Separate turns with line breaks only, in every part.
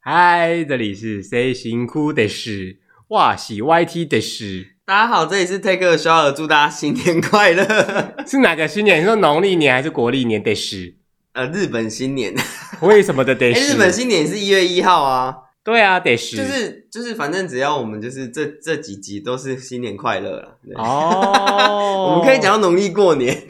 嗨，这里是 C 辛苦的是，哇喜 YT 的是，
大家好，这里是 Take a Shower，祝大家新年快乐。
是哪个新年？你说农历年还是国历年的是？
呃，日本 新年，
为什么的得
哎、
是？
日本新年是一月一号啊，
对啊，得是
就是就是，反正只要我们就是这这几集都是新年快乐了。对
哦，
我们可以讲到农历过年，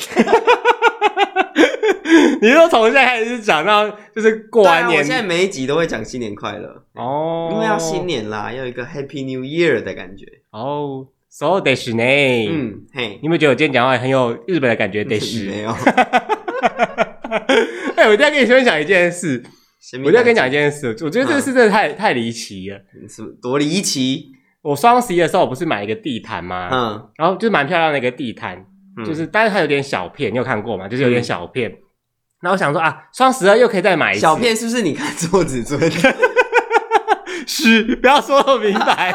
你说从现在开始讲到就是过
对
完
啊，我
年
现在每一集都会讲新年快乐，
哦，
因为要新年啦，要有一个 Happy New Year 的感觉。
哦，so 得是呢。嗯，
嗯，嘿
你，有没有觉得我今天讲话很有日本的感觉？得
没
是。
有，
哎，我一定要跟你分享一件事，
嗯
我一定要跟你讲一件事，我觉得这个事真的太太离奇了。
讲什么多离奇，
我双十一的时候我不是买了一个地毯吗？
嗯，
然后就是蛮漂亮的一个地毯，
嗯
啊就是但是它有点小片，你有看过吗？就是有点小片。然后我想说啊，双十二又可以再买一次，
小片是不是你看错子尊？
是，不要说的明白、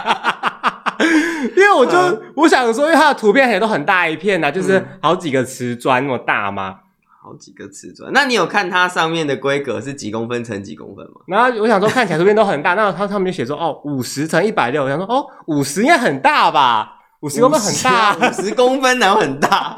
因为我就、
嗯
我想说，因为它的图片也都很大一片呐、啊就是
嗯
好几个瓷砖那么大嘛。
好几个瓷砖。那你有看它上面的规格是几公分乘几公分吗？
然后我想说，看起来图片都很大，那他他们就写说哦，五十乘一百六，我想说哦，五十应该很大吧，五十公分很大，啊
五十公分然后很大，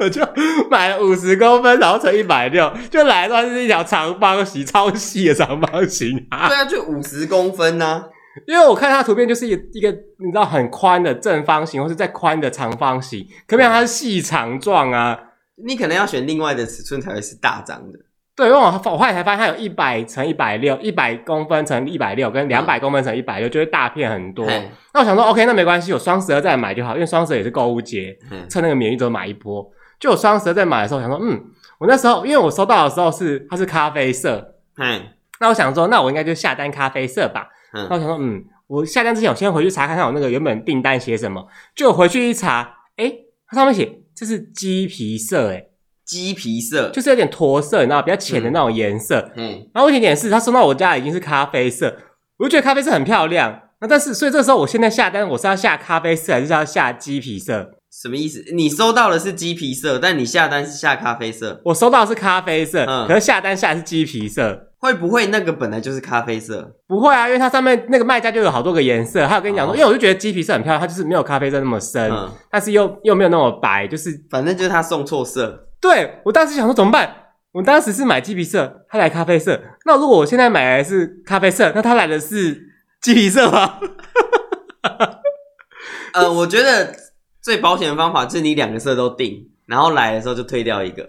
我就买了五十公分，然后乘一百六，就来算是一条长方形，超细的长方形啊。
对啊，就五十公分啊呢、
因为我看它图片就是一个一个你知道很宽的正方形，或是再宽的长方形，可不可以让它是细长状啊？
你可能要选另外的尺寸才会是大张的。
对，因为我我后来才发现它有一百乘一百六，一百公分乘一百六跟两百公分乘一百六，就是大片很多。
嘿
那我想说，OK，那没关系，我双十二再买就好，因为双十二也是购物节，
嗯
趁那个免疫折买一波。就我双十二在买的时候，想说，嗯，我那时候因为我收到的时候是它是咖啡色，
嘿，
那我想说，那我应该就下单咖啡色吧。
嗯
那我想说，嗯，我下单之前我先回去查看看我那个原本订单写什么，就回去一查，诶，它上面写这是鸡皮色，诶，
鸡皮色，
就是有点驼色，你知道比较浅
嗯
的那种颜色。
嘿，
然后我一点是，它送到我家已经是咖啡色，我就觉得咖啡色很漂亮。那但是，所以这时候我现在下单，我是要下咖啡色还是要下鸡皮色？
什么意思？你收到的是鸡皮色，但你下单是下咖啡色，
我收到的是咖啡色，
嗯
可是下单下的是鸡皮色。
会不会那个本来就是咖啡色？
不会啊，因为它上面那个卖家就有好多个颜色，还有跟你讲说，
哦
因为我就觉得鸡皮色很漂亮，它就是没有咖啡色那么深，
嗯，
但是又又没有那么白，就是
反正就是他送错色，
对我当时想说怎么办？我当时是买鸡皮色，他来咖啡色，那如果我现在买的是咖啡色，那他来的是鸡皮色 吗？
呃，我觉得最保险的方法就是你两个色都定，然后来的时候就退掉一个，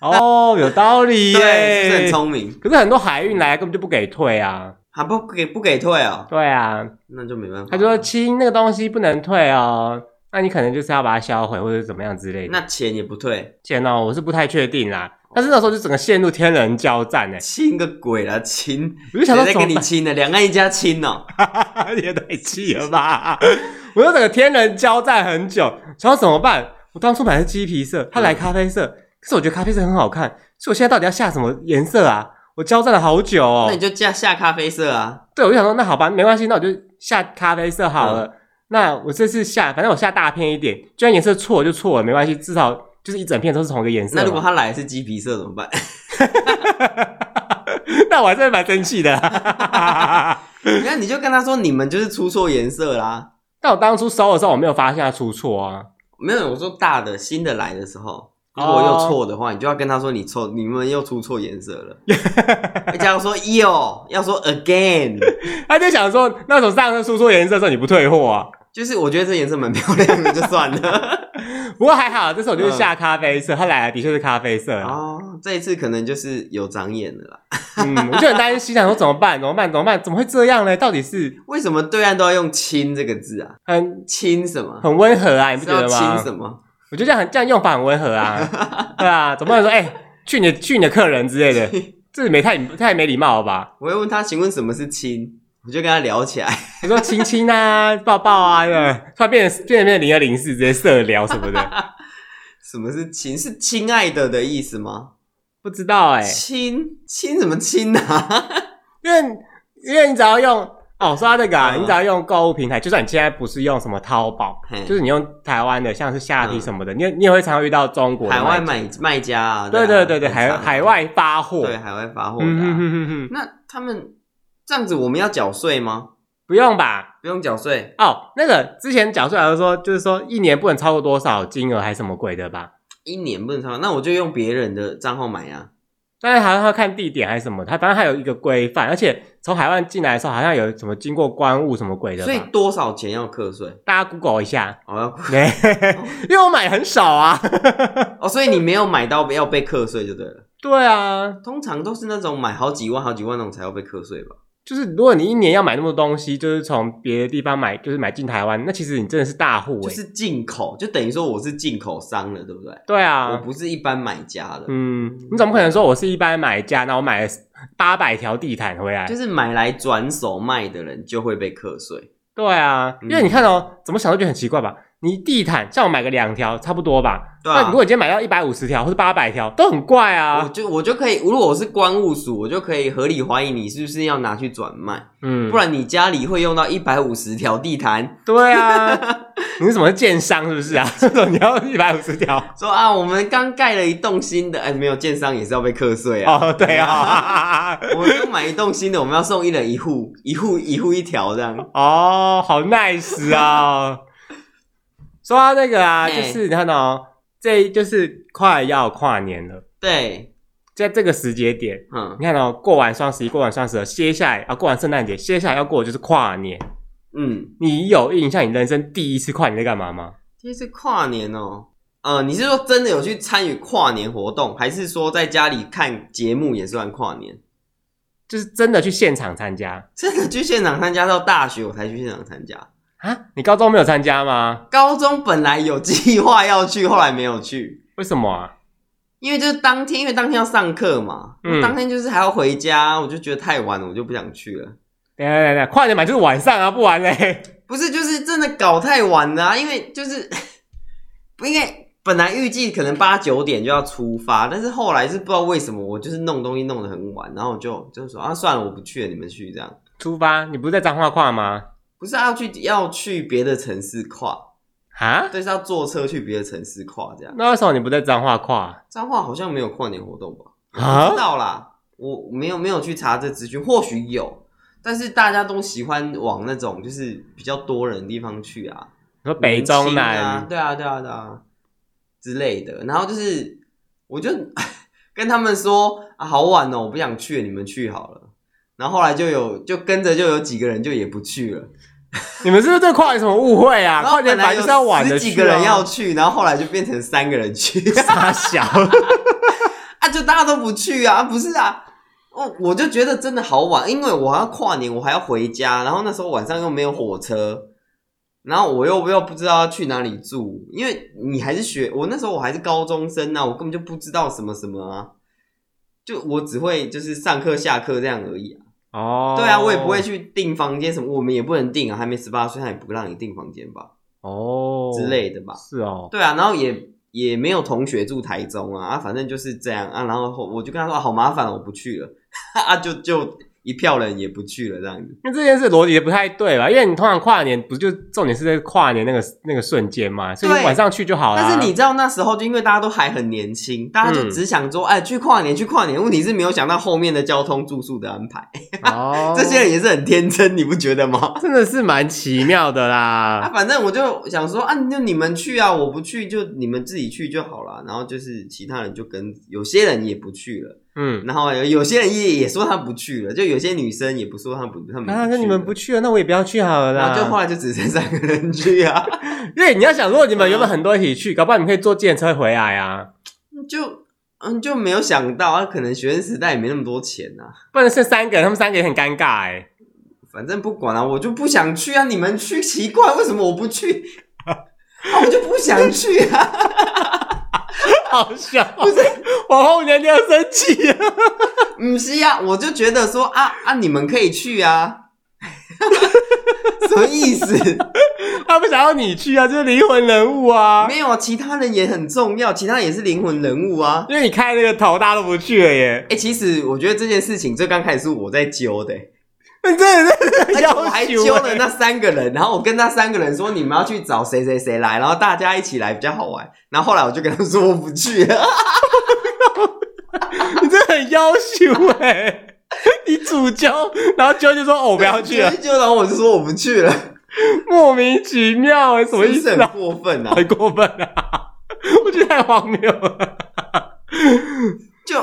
哦，有道理耶，
对，是不是很聪明？
可是很多海运来根本就不给退啊。
还不给不给退啊、
对啊，
那就没办法。
他就说亲，那个东西不能退哦，那你可能就是要把它销毁或者怎么样之类的。
那钱也不退，
钱哦，我是不太确定啦。但是那时候就整个陷入天人交战哎、
亲个鬼啦，亲！
我就想
谁
说
在
怎
跟
么
你亲呢？两岸一家亲哦、
办？ 也太气了吧！ 我就整个天人交战很久，想要怎么办？我当初买的是鸡皮色，他来咖啡色，可是我觉得咖啡色很好看，所以我现在到底要下什么颜色啊？我交战了好久哦。
那你就下下咖啡色啊。
对，我就想说，那好吧，没关系，那我就下咖啡色好
嗯
了。那我这次下，反正我下大片一点，就算颜色错就错了，没关系，至少就是一整片都是同一个颜色嘛。
那如果他来的是鸡皮色怎么办？
那我还是蛮生气的。
那你就跟他说你们就是出错颜色啦。
但我当初收的时候，我没有发现它出错啊。
没有，我说大的新的来的时候，如果
哦
又错的话，你就要跟他说你错，你们又出错颜色了。而且要说 yo，要说 again，
他就想说，那种上次出错颜色的时候，你不退货啊？
就是我觉得这颜色蛮漂亮的，就算了。
不过还好，这次我就是下咖啡色，他来的的确是咖啡色啊。
嗯哦，这一次可能就是有长眼了啦。
嗯，我就很担心，想说怎么办？怎么办？怎么办？怎么会这样呢？到底是
为什么对岸都要用“亲”这个字啊？
很
亲什么？
很温和啊，你不
是
觉得
要
吗？
亲什么？
我觉得这样很这样用法很温和 啊，对啊，总不能说哎、去你的去你的客人之类的，这没太太没礼貌了吧？
我会问他，请问什么是亲？我就跟他聊起来。
你说亲亲啊、抱抱啊，对吧突然变成变成变零二零四，直接色聊什么 的，
什么是亲？是亲爱的的意思吗？
不知道哎、
亲亲什么 亲啊？
因为因为你只要用哦，说到这个啊，
嗯
你只要用购物平台，就算你现在不是用什么淘宝，
嘿
就是你用台湾的，像是虾皮什么的，你也你也会常遇到中国的
海外
卖
买卖家啊？
对
啊
对对对，海海外发货，
对海外发货的
嗯哼
啊。
哼哼哼，
那他们这样子我们要缴税吗？
不用吧？
不用缴税
哦，那个之前讲出来的说，就是说一年不能超过多少金额还是什么鬼的吧？
一年不能超，那我就用别人的账号买啊呀、
但是好像要看地点还是什么，它反正还有一个规范，而且从海外进来的时候好像有什么经过关务什么鬼的吧，
所以多少钱要课税？
大家 Google 一 下，
哦，要
对因为我买很少啊。
哦，所以你没有买到要被课税就对了。
对啊，
通常都是那种买好几万、好几万那种才要被课税吧？
就是如果你一年要买那么多东西，就是从别的地方买，就是买进台湾，那其实你真的是大户
就
哎、
是进口，就等于说我是进口商了，对不对？
对
我
啊，
不是一般买家了，
嗯，你怎么可能说我是一般买家，然后我买了八百条地毯回来
就？是买来转手卖的人就会被课税。
对啊，
嗯
因为你看哦，怎么想都觉得很奇怪吧？你地毯像我买个两条差不多吧？
对啊
那如果你今天买到一百五十条或者八百条，都很怪
我
啊。
就我就可以，如果我是关务署，我就可以合理怀疑你是不是要拿去转卖，
嗯，
不然你家里会用到一百五十条地毯，
对啊， 你是什么建商是不是啊？这种你要一百五十条？
说啊，我们刚盖了一栋新的，哎，没有建商也是要被课税啊。
哦，对啊，
我们刚买一栋新的，我们要送一人一户，一户一户一条这样。
哦，好 nice 啊、说到那个啊，
嘿
就是你看哦，这就是快要跨年了，
对，
在这个时节点，
嗯
你看哦，过完双十一，过完双十二，接下来啊，过完圣诞节，接下来要过的就是跨年。
嗯，
你有印象你人生第一次跨年在干嘛吗？
这次跨年哦。呃，你是说真的有去参与跨年活动，还是说在家里看节目也算跨年？
就是真的去现场参加
真的去现场参加，到大学我才去现场参加。
啊？你高中没有参加吗？
高中本来有计划要去，后来没有去，
为什么啊？
因为就是当天，因为当天要上课嘛，
嗯
当天就是还要回家，我就觉得太晚了，我就不想去了。
等一下等一下等一下，跨年嘛就是晚上啊，不玩嘞。
不是，就是真的搞太晚了、啊，因为就是 不应该。本来预计可能八九点就要出发，但是后来是不知道为什么，我就是弄东西弄得很晚，然后我就就说啊，算了，我不去了，你们去这样。
出发，你不是在彰化跨吗？
不是啊要去要去别的城市跨，
啊？
对，是要坐车去别的城市跨这样。
那为什么你不在彰化跨？
彰化好像没有跨年活动吧？
啊
不知道啦，我没有没有去查这资讯，或许有，但是大家都喜欢往那种就是比较多人的地方去啊，
你说北中南，
明清啊，对啊对啊对啊之类的。然后就是我就 跟他们说啊，好晚哦，我不想去，你们去好了。然后后来就有就跟着就有几个人就也不去了，
你们是不是对跨年有什么误会啊？
然后
跨年
本
本
来
来
有
就是要玩的、啊
十几个人要去，然后后来就变成三个人去。
傻小，
啊，就大家都不去啊，不是啊，我我就觉得真的好晚，因为我还要跨年，我还要回家，然后那时候晚上又没有火车，然后我又又不知道要去哪里住，因为你还是学，我那时候我还是高中生啊，我根本就不知道什么什么啊，就我只会就是上课下课这样而已啊，
哦，
对啊，我也不会去订房间什么，我们也不能订啊，还没十八岁，他也不让你订房间吧
哦
之类的吧，
是哦，
对啊，然后也也没有同学住台中啊，啊，反正就是这样啊。然后后我就跟他说、啊、好麻烦，我不去了 啊，就就一票人也不去了这样子。
因为这件事逻辑也不太对吧？因为你通常跨年不就重点是在跨年那个那个瞬间嘛，所以
对
晚上去就好嗯了。
但是你知道那时候，就因为大家都还很年轻，大家就只想说，哎，去跨年，去跨年。问题是没有想到后面的交通住宿的安排，
哦
这些人也是很天真，你不觉得吗？
真的是蛮奇妙的
啊，
啦。
反正我就想说，啊，就你们去啊，我不去，就你们自己去就好了。然后就是其他人就跟有些人也不去了。
嗯，
然后有有些人也也说他不去了，就有些女生也不说他不，他们
那啊那
去
你们不
了，
去了，那我也不要去好了
然
啦。
后就后来就只剩三个人去啊，
因为你要想，如果你们原本
嗯
很多一起去，搞不好你们可以坐电车回来啊，
就嗯就没有想到啊，可能学生时代也没那么多钱呐、
不然剩三个人，他们三个也很尴尬哎、
反正不管了、我就不想去啊，你们去奇怪，为什么我不去？ 啊，我就不想去啊，
好笑，不是往后年你要生气啊？
不是啊，我就觉得说啊啊，你们可以去啊， 什么意思？
他不想要你去啊，就是灵魂人物 啊，
没有啊，其他人也很重要，其他人也是灵魂人物啊。
因为你开那个头，大家都不去了耶。
哎、其实我觉得这件事情最刚开始是我在揪的、
你真的是
而且
要欸
我还揪了那三个人，然后我跟那三个人说你们要去找谁谁谁来，然后大家一起来比较好玩。然后后来我就跟他们说我不去了，
你真的很要求哎、你主揪，然后揪就说哦我不要去了，
就然后我就说我不去了，
莫名其妙 哎，什么意思
是不是
啊？
很过分啊？
很过分啊！ 我觉得太荒谬了。
就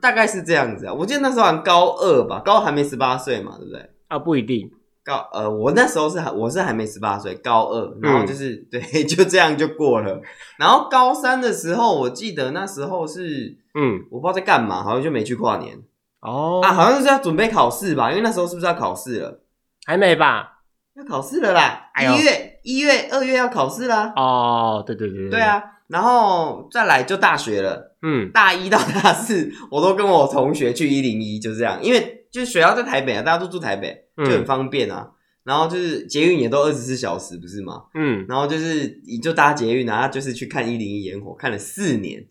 大概是这样子啊。我记得那时候好像高二吧，高二还没十八岁嘛，对不对？
啊，不一定，
高呃，我那时候是还我是还没十八岁，高二，然后就是、
嗯
对， 就这样就过了。然后高三的时候，我记得那时候是
嗯，
我不知道在干嘛，好像就没去跨年
哦，
啊，好像是要准备考试吧，因为那时候是不是要考试了？
还没吧？
要考试了啦，
哎呦
一月、一月、二月要考试啦。
哦，对对对对
对，啊，然后再来就大学了。
嗯，
大一到大四， 我都跟我同学去一零一，就是这样，因为就是学校在台北啊，大家都住台北，
嗯
就很方便啊。然后就是捷运也都二十四小时，不是吗？
嗯，
然后就是你就搭捷运啊，然后就是去看一零一烟火，看了四年，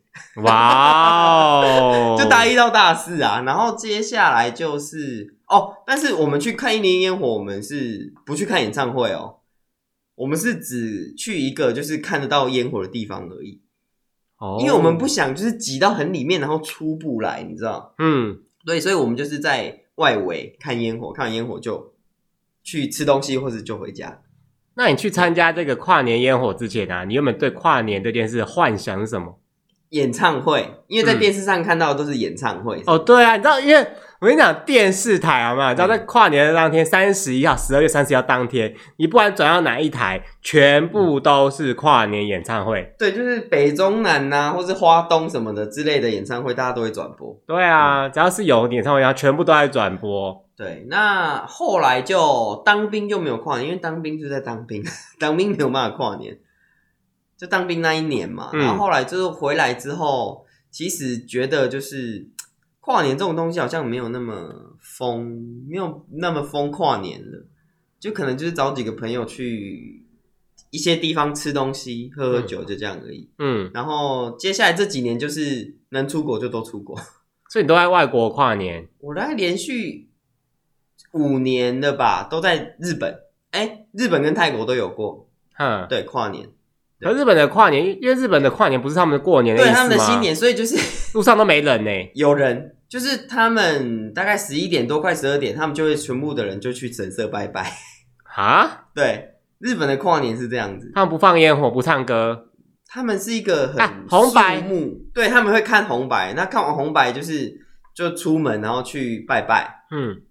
哇哦，
就大一到大四啊。然后接下来就是哦，但是我们去看一零一烟火，我们是不去看演唱会哦，我们是只去一个就是看得到烟火的地方而已，
哦，
因为我们不想就是挤到很里面，然后出不来，你知道。
嗯，
对，所以我们就是在外围看烟火，看完烟火就去吃东西，或者就回家。
那你去参加这个跨年烟火之前啊，你原本对跨年这件事幻想是什么？
演唱会，因为在
嗯
电视上看到的都是演唱会。
哦，对啊，你知道，因为我跟你讲，电视台啊
嗯
嘛，你知道在跨年的当天，三十一号，十二月三十一号当天，你不管转到哪一台，全部都是跨年演唱会。
对，就是北中南呐、或是花东什么的之类的演唱会，大家都会转播。
对啊，只要是有演唱会，然后全部都在转播。
对，那后来就当兵就没有跨年，因为当兵就在当兵，当兵没有办法跨年，就当兵那一年嘛。
嗯
然后后来就是回来之后，其实觉得就是跨年这种东西好像没有那么疯，没有那么疯跨年了，就可能就是找几个朋友去一些地方吃东西、喝喝酒，就这样而已。
嗯，
然后接下来这几年就是能出国就都出国。
所以你都在外国跨年。
我大概连续五年了吧，都在日本。哎、日本跟泰国都有过，
哼，
对，跨年，
可日本的跨年，因为日本的跨年不是他们的过年的意
对
思吗？
他们的新年，所以就是
路上都没人呢、
有人，就是他们大概十一点多，快十二点，他们就会全部的人就去神社拜拜。
啊，
对，日本的跨年是这样子，
他们不放烟火，不唱歌。
他们是一个很、
啊红白
目，对他们会看红白，那看完红白就是就出门，然后去拜拜，
嗯，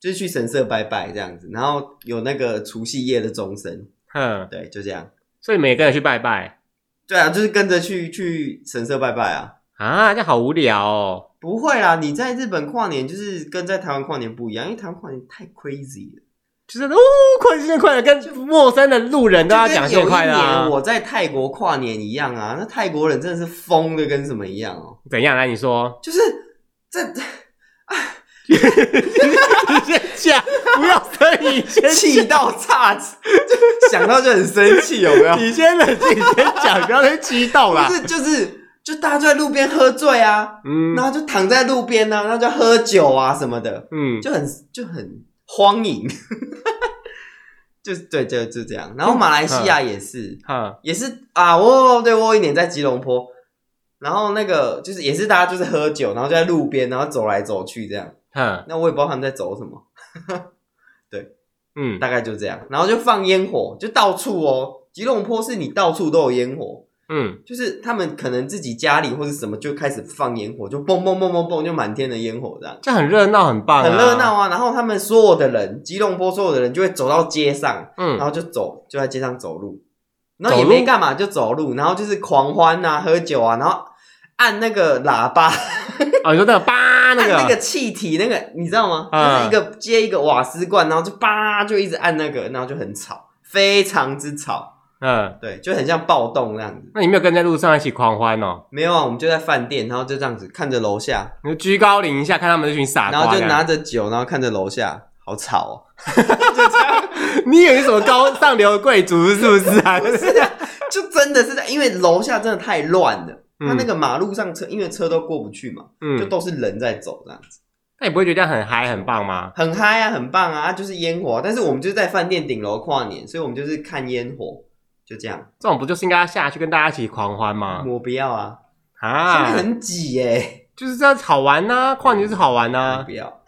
就是去神社拜拜这样子，然后有那个除夕夜的钟声，
哼，
对，就这样。
所以每个人去拜拜
对啊，就是跟着去去神社拜拜啊。
啊，这样好无聊哦。
不会啦，你在日本跨年就是跟在台湾跨年不一样，因为台湾跨年太 crazy 了。
就是哦，快新年快乐，跟陌生的路人都要讲新年
就跟
快乐、
有一
啊
年。我在泰国跨年一样啊，那泰国人真的是疯的跟什么一样哦，。
怎样？来，你说
就是这
你先讲，不要生你先
气到差，就 想到就很生气，有 没有？
你先冷静，你先讲，不要太激动啦
不。是，就是就大家就在路边喝醉啊，
嗯
然后就躺在路边啊，然后就喝酒啊什么的，
嗯，
就很就很荒淫， 就是对，就就这样。然后马来西亚也是，
哈，
也是啊，我对我有一年在吉隆坡，然后那个就是也是大家就是喝酒，然后就在路边，然后走来走去这样。
哈，
那我也不知道他们在走什么，
嗯，
大概就这样。然后就放烟火，就到处哦，吉隆坡是你到处都有烟火。
嗯，
就是他们可能自己家里或者什么就开始放烟火，就蹦蹦蹦蹦蹦，就满天的烟火这样。
这很热闹，很棒、啊，
很热闹。啊。然后他们所有的人，吉隆坡所有的人就会走到街上，
嗯，
然后就走，就在街上走路，然后也
走路
没干嘛，就走路，然后就是狂欢啊，喝酒啊，然后按那个喇叭，
哦，你说那个叭那
按
个，
那个气体，那个你知道吗？
嗯
就是一个接一个瓦斯罐，然后就叭就一直按那个，然后就很吵，非常之吵，
嗯，
对，就很像暴动那样子。
那你没有跟在路上一起狂欢哦？
没有啊，我们就在饭店，然后就这样子看着楼下，
你就居高临下看他们这群傻
然
瓜
后
这
就
样，
拿着酒，然后看着楼下，好吵哦。
你以为是什么高上流贵族是不是 啊？
是啊，就真的是在，因为楼下真的太乱了，
嗯
他那个马路上车，因为车都过不去嘛，就
嗯，
都是人在走这样子，
那你不会觉得这样很嗨很棒吗？
很嗨啊，很棒啊，就是烟火啊、但是我们就是在饭店顶楼跨年，所以我们就是看烟火，就这样。
这种不就是应该要下去跟大家一起狂欢吗？
嗯我不要啊，现在
啊，
啊很挤耶、
就是这样好玩呐、跨年就是好玩呐、
不要。嗯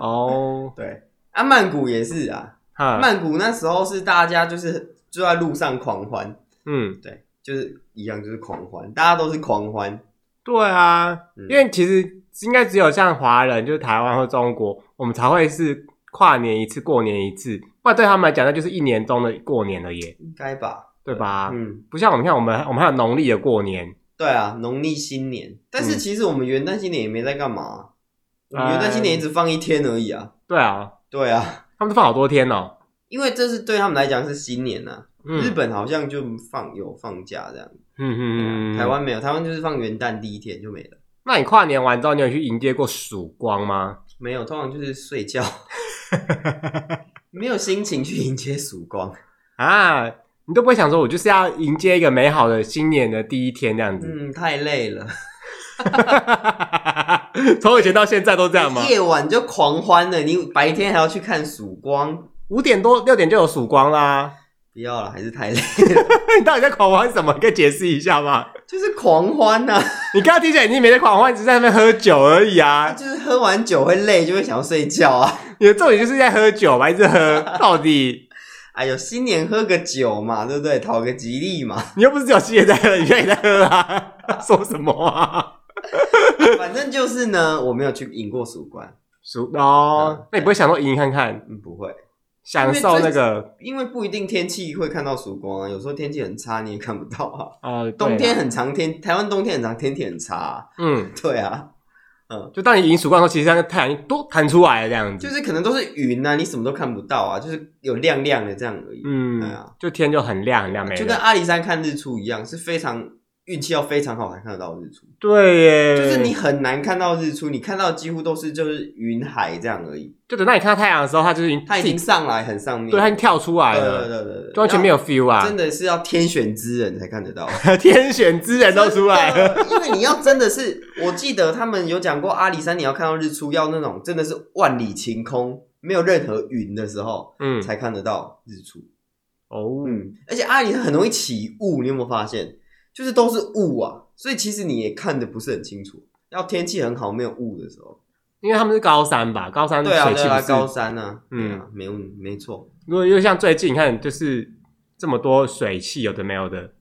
哦，
对，啊，曼谷也是啊，
哈，
曼谷那时候是大家就是就在路上狂欢，
嗯，
对，就是一样就是狂欢，大家都是狂欢，
对啊，
嗯
因为其实应该只有像华人，就是台湾或中国，我们才会是跨年一次、过年一次，不然对他们来讲，那就是一年中的过年了耶，
应该吧？
对吧？
嗯，
不像我们看我们我们还有农历的过年，
对啊，农历新年，但是
嗯
其实我们元旦新年也没在干嘛啊、我们
哎
元旦新年只放一天而已啊。
对啊，
对啊，
他们都放好多天哦。
因为这是对他们来讲是新年呐、
嗯
日本好像就放有放假这样，
嗯
对啊
嗯嗯，
台。湾没有，台湾就是放元旦第一天就没了，
那你跨年完之后，你有去迎接过曙光吗？
没有，通常就是 睡觉，没有心情去迎接曙光。
啊，你都不会想说，我就是要迎接一个美好的新年的第一天这样子。
嗯，太累了，嗯
从以前到现在都这样吗？
夜晚就狂欢了，你白天还要去看曙光，
五点多六点就有曙光啦。
不要了，还是太累了，
你到底在狂欢什么？你可以解释一下吗？
就是狂欢啊呐、
你刚刚听起来你已经没在狂欢，你只是在那边喝酒而已啊。
就是喝完酒会累，就会想要睡觉啊。
你的重点就是在喝酒吧，一直喝，到底
哎呦，新年喝个酒嘛，对不对？讨个吉利 嘛，
你又不是只有七也在喝，你现在也在喝啊？ 说什么啊？
反正就是呢，我没有去赢过曙光，
暑哦
嗯，
那你不会想说赢看看，
嗯，不会，
享受那个
因为不一定天气会看到曙光啊，有时候天气很差你也看不到啊。
呃对啊
冬天很长天，台湾冬天很长，天气很差、啊，
嗯，
对啊，
就当你赢曙光的时候，其实那个太阳都弹出来了这样
就
子，
是可能都是云啊，你什么都看不到啊，就是有亮亮的这样而已，对
嗯
啊，
就天就很亮很亮，没
就跟
了。
阿里山看日出一样，是非常运气要非常好才看得到日出。
对耶，
就是你很难看到日出，你看到几乎都是就是云海这样而已。
就等到你看到太阳的时候，它就是已经
它已
自己
经上来很上面，
对它已经跳出来
对
了，
对对对对，
就完全没有 feel
要，
啊
真，的是要天选之人才看 得到，
天选之人都出来了。
真的因为你要真的是，我记得他们有讲过，阿里山你要看到日出，要那种真的是万里晴空，没有任何云的时候
嗯，
才看得到日出。
哦，
嗯，而且阿里山很容易起雾，你有没有发现？就是都是雾啊，所以其实你也看的不是很清楚。要天气很好，没有雾的时候，
因为他们是高山吧，高山
对
嗯
啊，
水
对
汽
啊，
不
高
是。
山啊，
嗯
嗯，没问没错，
如果又像最近你看，就是这么多水汽，有的没有的。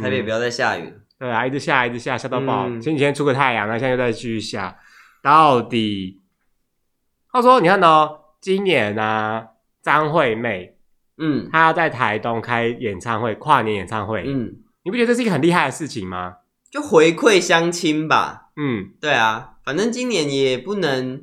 台北
嗯
不要再下雨了。
对啊，一直下，一直下，下到爆。
嗯
前几天出个太阳，那现在又再继续下，到底？他说：“你看哦，今年啊，张惠妹
嗯
她要在台东开演唱会，跨年演唱会，
嗯，
你不觉得这是一个很厉害的事情吗？
就回馈乡亲吧。
嗯，
对啊，反正今年也不能，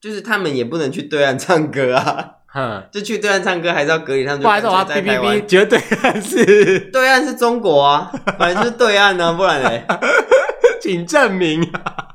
就是他们也不能去对岸唱歌啊，
哼，
就去对岸唱歌还是要隔离，他们
不
就
好意思，我要
干脆
B
在
B
台
B，
湾。
绝对是，
对岸是中国啊，反正就是对岸呢、啊，不然嘞，
请证明，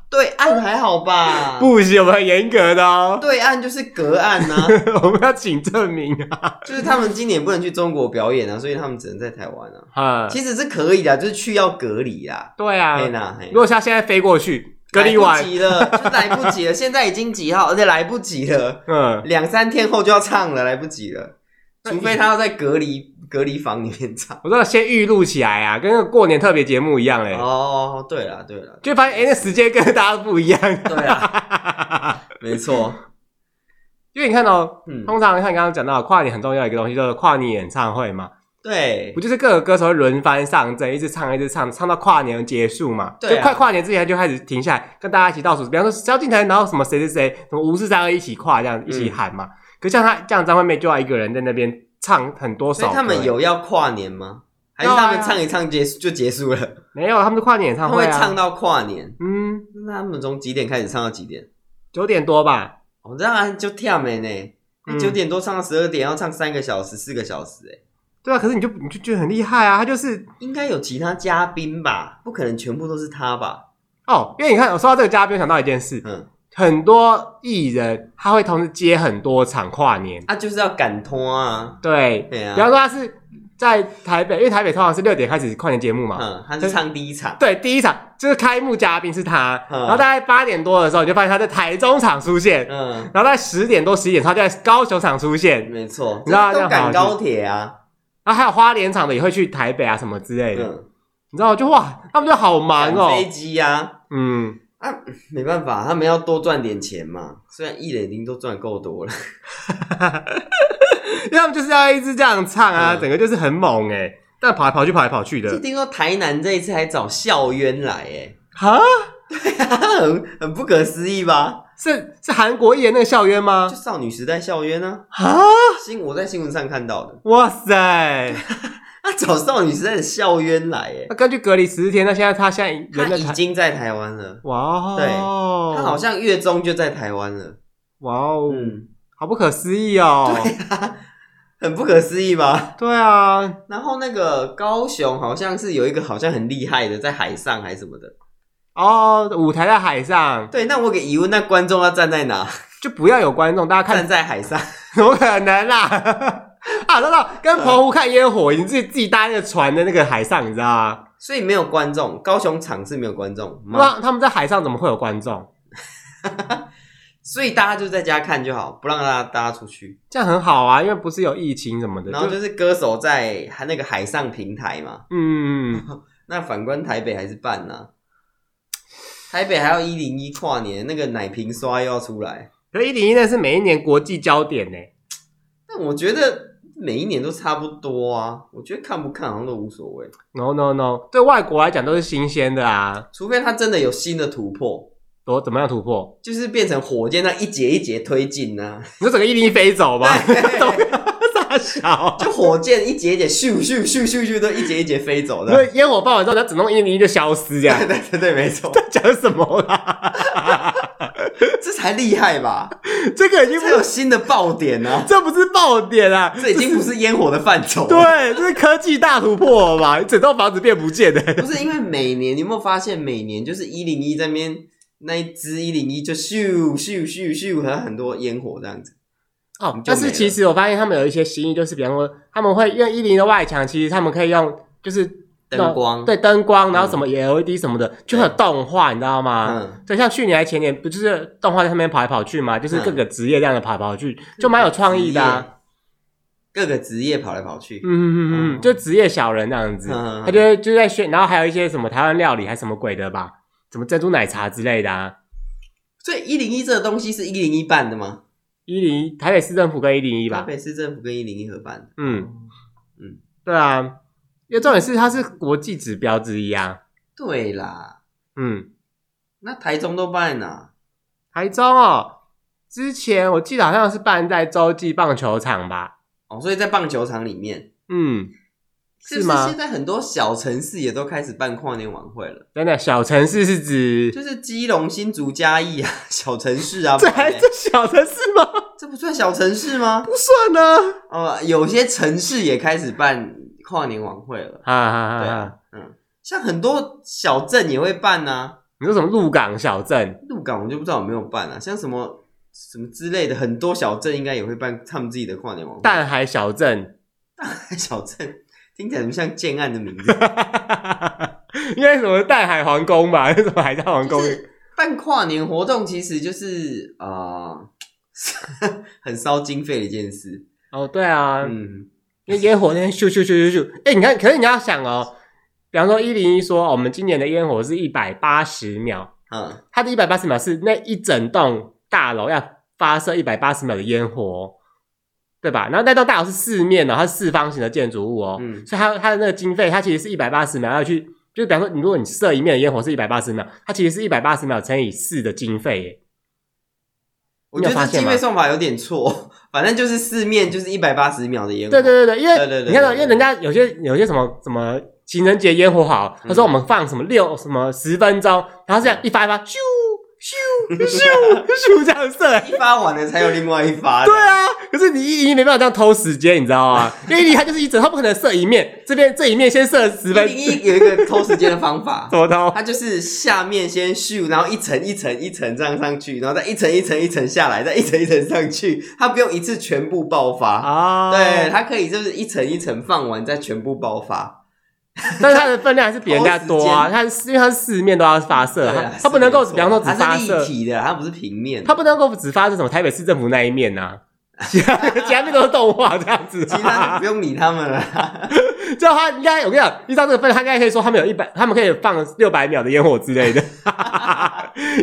对岸还好吧？，
不行，我们很严格的哦，
对岸就是隔岸呐、
我们要请证明 啊，
就是他们今年不能去中国表演啊，所以他们只能在台湾啊。
哈，
其实是可以的，就是去要隔离啦。
对啊，
嘿呐，嘿
如果像现在飞过去，隔离
来
完
不，及了，就来不及了，现在已经几号，而且来不及了。
嗯，
两三天后就要唱了，来不及了。
那
除非他要在隔离隔离房里 面唱。
我说先预录起来啊，跟那个过年特别节目一样嘞、
哦，对了对了，
就发现哎、诶那时间跟大家不一样。
对
啊，
没错。
因为你看哦，
嗯，
通常像你刚刚讲到跨年很重要的一个东西，就是跨年演唱会嘛，
对
不，就是各个歌手会轮番上阵，一直唱一直唱，唱到跨年结束嘛，
对啊
就快跨年之前就开始停下来，跟大家一起倒数，比方说萧敬腾，然后什么谁谁谁，什么吴世三二一起跨这样一
嗯
起喊嘛。可像他这样，张惠妹就要一个人在那边唱很多首
所以
歌，
他们有要跨年吗？还是他们唱一唱结束就结束了？
没有？他们是跨年演
他
唱
们会
会啊，
唱到跨年。
嗯，
那他们从几点开始唱到几点？哦
九点多吧，
我这样就跳没呢。
嗯
那九点多唱到十二点，要唱三个小时、四个小时，哎，
对啊，可是你就你就觉得很厉害啊，他就是
应该有其他嘉宾吧？不可能全部都是他吧？
哦，因为你看，我说到这个嘉宾，我想到一件事，
嗯，
很多艺人他会同时接很多场跨年，
啊，就是要赶通啊。
对，
对
比方
啊，
说他是在台北，因为台北通常是六点开始跨年节目嘛，
嗯，他是唱第一场。
对，第一场就是开幕嘉宾是他，
嗯
然后大概八点多的时候，你就发现他在台中场出现，
嗯，
然后在十点多十一点他就在高雄场出现，
没错，
你知道这
这都
样好
赶高铁啊，
然后还有花莲场的也会去台北啊什么之类的，
嗯，
你知道吗就哇，他们就好忙哦
赶。飞机呀、
嗯，
啊，没办法，他们要多赚点钱嘛。虽然一垒零都赚够多了，
因为他们就是要一直这样唱啊，
嗯
整个就是很猛哎、但跑来跑去，跑来跑去
就
的，
听说台南这一次还找校渊来，哎，
哈，
很很不可思议吧？
是是韩国艺人那个校园吗
就？少女时代校渊呢、
哈，
啊，新我在新闻上看到的，
哇塞！
他找少女时代的校渊来，哎，
那根据隔离十四天，那现在他现在人
他
在
已
台
经在台湾了，
哇哦，
对他好
好
像月中就在台湾了，
哇哦，
嗯，
好不可思议哦！
啊很不可思议吧？
对啊，
然后那个高雄好像是有一个好像很厉害的，在海上还是什么的。
哦，舞台在海上，
对，那我有个疑问，那观众要站在哪？
就不要有观众，大家看
站在海上，
怎么可能啦、啊？ 啊，知道跟
嗯
澎湖看烟火，你自己自己搭那个船的那个海上，你知道吗？
所以没有观众。高雄场是没有观众
不
吗？
然他们在海上怎么会有观众？
所以大家就在家看就好，不让大家大家出去。
这样很好啊，因为不是有疫情什么的，
然后
就
就是歌手在那个海上平台嘛。
嗯，
那反观台北还是办呐、台北还要一零一跨年，那个奶瓶刷又要出来。
可一零一那是每一年国际焦点呢、
但我觉得每一年都差不多啊，我觉得看不看好像都无所谓，
No no no，对外国来讲都是新鲜的啊，
除非他真的有新的突破。
多怎么样突破？
就是变成火箭那一节一节推进啊呐、
你说整个一零一飞走吗？ 怎么
对
样傻小啊？
就火箭一节一节咻咻咻咻咻都一节一节飞走
那
的。
烟火爆完之后，它整栋一零一就消失这样
对，对对对，没错，
讲什么啦？
这才厉害吧？
这个已经不
这有新的爆点啊！
这不是爆点啊，
这已经不是烟火的范畴。，
对，这是科技大突破了吧？整栋房子变不见的、
不是因为每年你有没有发现，每年就是一零一那边那一支一零一就咻咻咻咻，还有很多烟火这样子。
哦，
就
但
没
是
了
其实我发现他们有一些新意，就是比方说他们会用一零的外墙，其实他们可以用就是
灯光，，
对灯光，然后什么 LED 什么的，就会有动画，你知道吗？
嗯，
对，像去年还前年，不就是动画在上面跑来跑去嘛，就是各
嗯
个职业这样的跑来跑去，就蛮有创意的、啊。
各个职业跑来跑去。
嗯嗯嗯嗯，
嗯
就职业小人那样子，
嗯嗯嗯
他就会就在选，然后还有一些什么台湾料理还什么鬼的吧，什么珍珠奶茶之类的啊。
所以一零一这个东西是一零一办的吗？
一零一台北市政府跟一零一
台
吧，
北市政府跟一零一合办的。
嗯嗯
嗯，
对啊，因为重点是它是国际指标之一啊。
对啦，
嗯，
那台中都办啊啦、
台中哦，之前我记得好像是办在洲际棒球场吧？
哦，所以在棒球场里面，
嗯，
是
是
不是
吗
现在很多小城市也都开始办跨年晚会了？
等等，小城市是指
就是基隆、新竹、嘉义啊， 小城市啊，
这
不然
还
嘞
是小城市吗？
这不算小城市吗？
不算啊呢。
哦，有些城市也开始办跨年晚会了。
啊啊啊
对
啊！
啊，嗯，像很多小镇也会办呐、
你说什么鹿港小镇？
鹿港我就不知道有没有办啊，像什么什么之类的，很多小镇应该也会办他们自己的跨年晚会。
淡海小镇？
小镇听起来怎么像建案的名字？
应该什么淡海皇宫吧？什么海上皇宫？
就是办跨年活动，其实就是啊、呃 很烧经费的一件事。
哦，对啊，
嗯，
因为烟火那天咻咻咻咻咻，哎、你看，可是你要想哦，比方说一零一说、哦我们今年的烟火是一百八十秒，
嗯，
它的一百八十秒是那一整栋大楼要发射一百八十秒的烟火哦，对吧？然后那栋大楼是四面哦，它是四方形的建筑物哦，
嗯
所以它它的那个经费，它其实是一百八十秒要去，就是比方说你如果你射一面的烟火是一百八十秒，它其实是一百八十秒乘以四的经费耶。
我觉
你有发
得这
现
经
吗
费算法有点错， 反正就是四面就是一百八十秒的烟火。
对对对对，因为
对对对
你看到，
对对
因为人家有些有些什么什么情人节烟火好，
嗯
他说我们放什么六什么十分钟，然后这样一发一发，咻咻咻 咻这样射。
一发完了才有另外一发。
对啊，可是你一零没办法这样偷时间，你知道吗？因为一零它就是一整，它不可能射一面，这边这一面先射十分
一，零一有一个偷时间的方法
怎，么偷？
它就是下面先咻，然后一层一层一层这样上去，然后再一层一层一层下来，再一层一层上去，它不用一次全部爆发。
啊，
对，，它可以就是一层一层放完，再全部爆发。
但是它的分量还是比人家多啊，它是因为它是四面都要发射，它
对啊
它不能够
是
比
没
方
错
说只发
它是立
射，
体的，它不是平面的。
它不能够只发射什么台北市政府那一 面呐，其他其他面都是动画这样子啊，
其他就不用理他们了啦。
这样他应该，我跟你讲，依照这个分，他应该可以说他们有一百，他们可以放六百秒的烟火之类 的，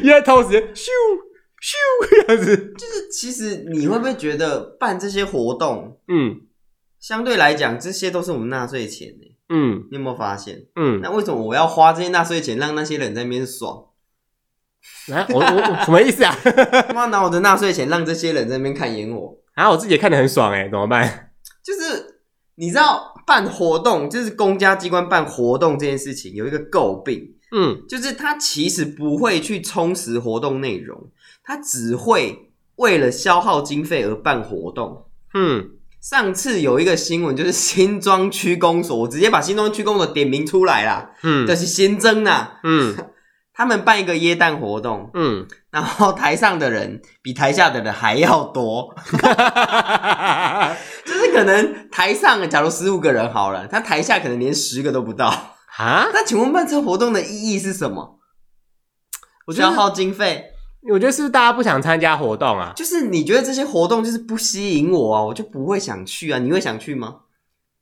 因为偷时间咻咻这样子，
就是其实你会不会觉得办这些活动，
嗯
相对来讲，这些都是我们纳税钱呢、
嗯
你有没有发现？
嗯，
那为什么我要花这些纳税钱让那些人在那边爽？
然哎后我我我什么意思啊？
他妈拿我的纳税钱让这些人在那边看烟火，
然啊后我自己也看得很爽哎、怎么办？
就是你知道办活动，就是公家机关办活动这件事情有一个诟病，
嗯
就是他其实不会去充实活动内容，他只会为了消耗经费而办活动。
嗯，
上次有一个新闻，就是新庄区公所，我直接把新庄区公所点名出来啦，
嗯
就是新增啦，
嗯
他们办一个耶诞活动，
嗯，
然后台上的人比台下的人还要多， 就是可能台上假如十五个人好了，他台下可能连十个都不到。
哈，
那请问办这个活动的意义是什么？
我觉
消
得
耗经费，
我觉得是不是大家不想参加活动啊？
就是你觉得这些活动就是不吸引我啊，我就不会想去啊。你会想去吗？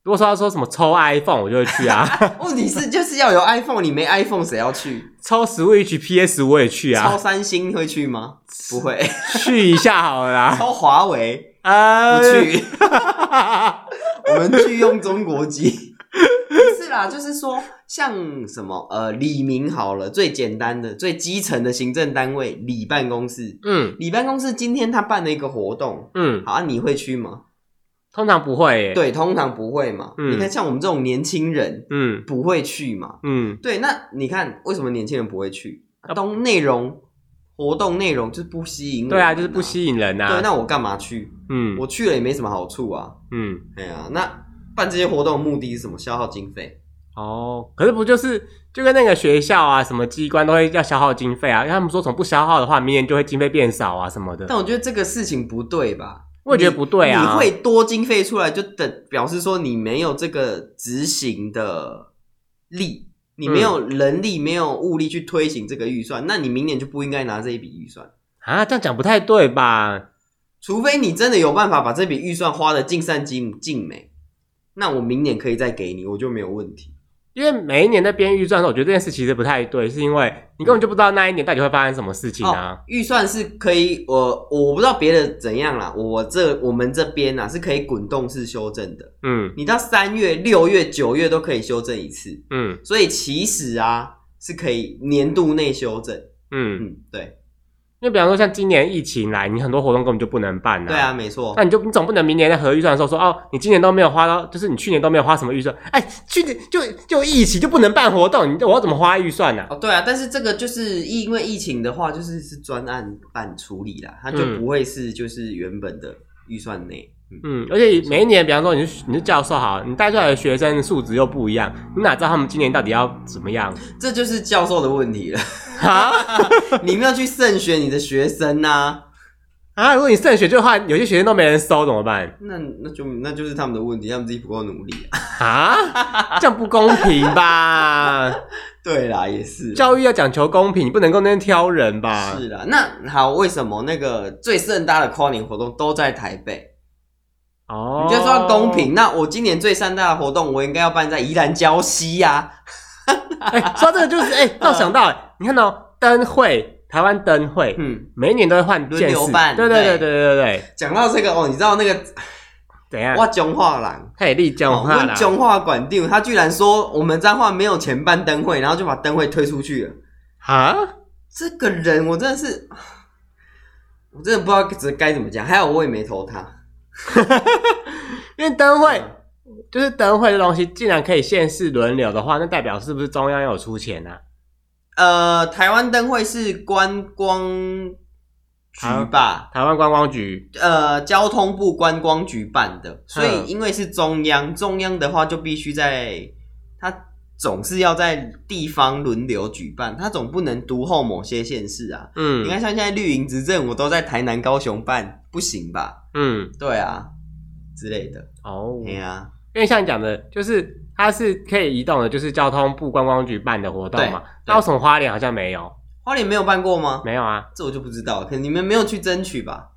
如果说要说什么抽 iPhone，我就会去啊，
问题是就是要有 iPhone，你没 iPhone 谁要去？
抽 Switch、PS 我也去
抽
啊，
三星你会去吗？不会。
去一下好了啦。
抽华为
啊，
不去。我们去用中国机。不是啦，就是说像什么呃，李明好了，最简单的、最基层的行政单位，李办公室。
嗯
李办公室今天他办了一个活动，
嗯，
好、啊，你会去吗？
通常不会耶。，
对，通常不会嘛。
嗯
你看，像我们这种年轻人
嗯
不会去嘛。
嗯
对，那你看为什么年轻人不会去？
啊
东内容活动内容就是不吸引我、
对啊，就是不。吸引人呐、
对，
啊。
那我干嘛去？
嗯
我去了也没什么好处啊。
嗯，
哎呀，那办这些活动的目的是什么？消耗经费。
哦，可是不就是就跟那个学校啊，什么机关都会要消耗经费啊，因为他们说从不消耗的话，明年就会经费变少啊什么的。
但我觉得这个事情不对吧？
我也觉得不对啊
你会多经费出来，就等表示说你没有这个执行的力，你
嗯
没有人力，没有物力去推行这个预算，那你明年就不应该拿这一笔预算，
啊，这样讲不太对吧？
除非你真的有办法把这笔预算花的尽善尽尽美，那我明年可以再给你，我就没有问题。
因为每一年在编预算的时候，我觉得这件事其实不太对，是因为你根本就不知道那一年到底会发生什么事情啊。
哦，预算是可以，我我不知道别的怎样啦，我这我们这边啊是可以滚动式修正的，
嗯
你到三月、六月、九月都可以修正一次，
嗯
所以其实啊是可以年度内修正。
嗯，
嗯，对，
因为比方说像今年疫情来，你很多活动根本就不能办
对啊，没错
那，你就你总不能明年在核预算的时候说哦，你今年都没有花到，就是你去年都没有花什么预算，哎，去年就就疫情就不能办活动，你我要怎么花预算呢、
哦，对啊，但是这个就是因为疫情的话，就是是专案办处理啦，它就
嗯
不会是就是原本的预算内。嗯，
嗯，而且每一年，比方说你是你是教授好，你带出来的学生素质又不一样，你哪知道他们今年到底要怎么 样？
这就是教授的问题了，
啊
你没有去慎选你的学生呐、
啊！如果你慎选的话，有些学生都没人收怎么办
那那就那就是他们的问题，他们自己不够努力啊。
啊？ 这样不公平吧？
对啦，也是
教育要讲求公平，你不能够那边挑人吧？
是啦。那好，为什么那个最盛大的跨年活动都在台北？
哦，
你就说要公平。那我今年最盛大的活动，我应该要办在宜兰礁溪啊呀、
哎、说到这个就是哎，倒、想到、哎你看到、灯会，台湾灯会，
嗯，
每一年都会换
轮
件
流
事，
办
对对对对
对
对对对，
讲到这个哦，你知道那个
怎样？
哇中化郎，
他也立讲
哦
话
我
啦
们，中化馆定，他居然说我们彰化没有钱办灯会，然后就把灯会推出去了。
哈，
这个人我真的是， 我真的不知道该该怎么讲。还有我也没投他，
因为灯会
嗯
就是灯会的东西，既然可以县市轮流的话，那代表是不是中央有出钱啊？
呃，台湾灯会是观光局吧？
台湾观光局，
呃交通部观光局办
嗯
的，所以因为是中央，中央的话就必须在它总是要在地方轮流举办，它总不能独后某些县市啊。你
嗯
看，像现在绿营执政，我都在台南、高雄办，不行吧？
嗯，
对啊，之类的。
哦，
哎呀、
因为像你讲的，就是它是可以移动的，就是交通部观光局办的活动嘛
对。对
那为什么花莲好像没有？
花莲没有办过吗？
没有啊，
这我就不知道，可能你们没有去争取吧？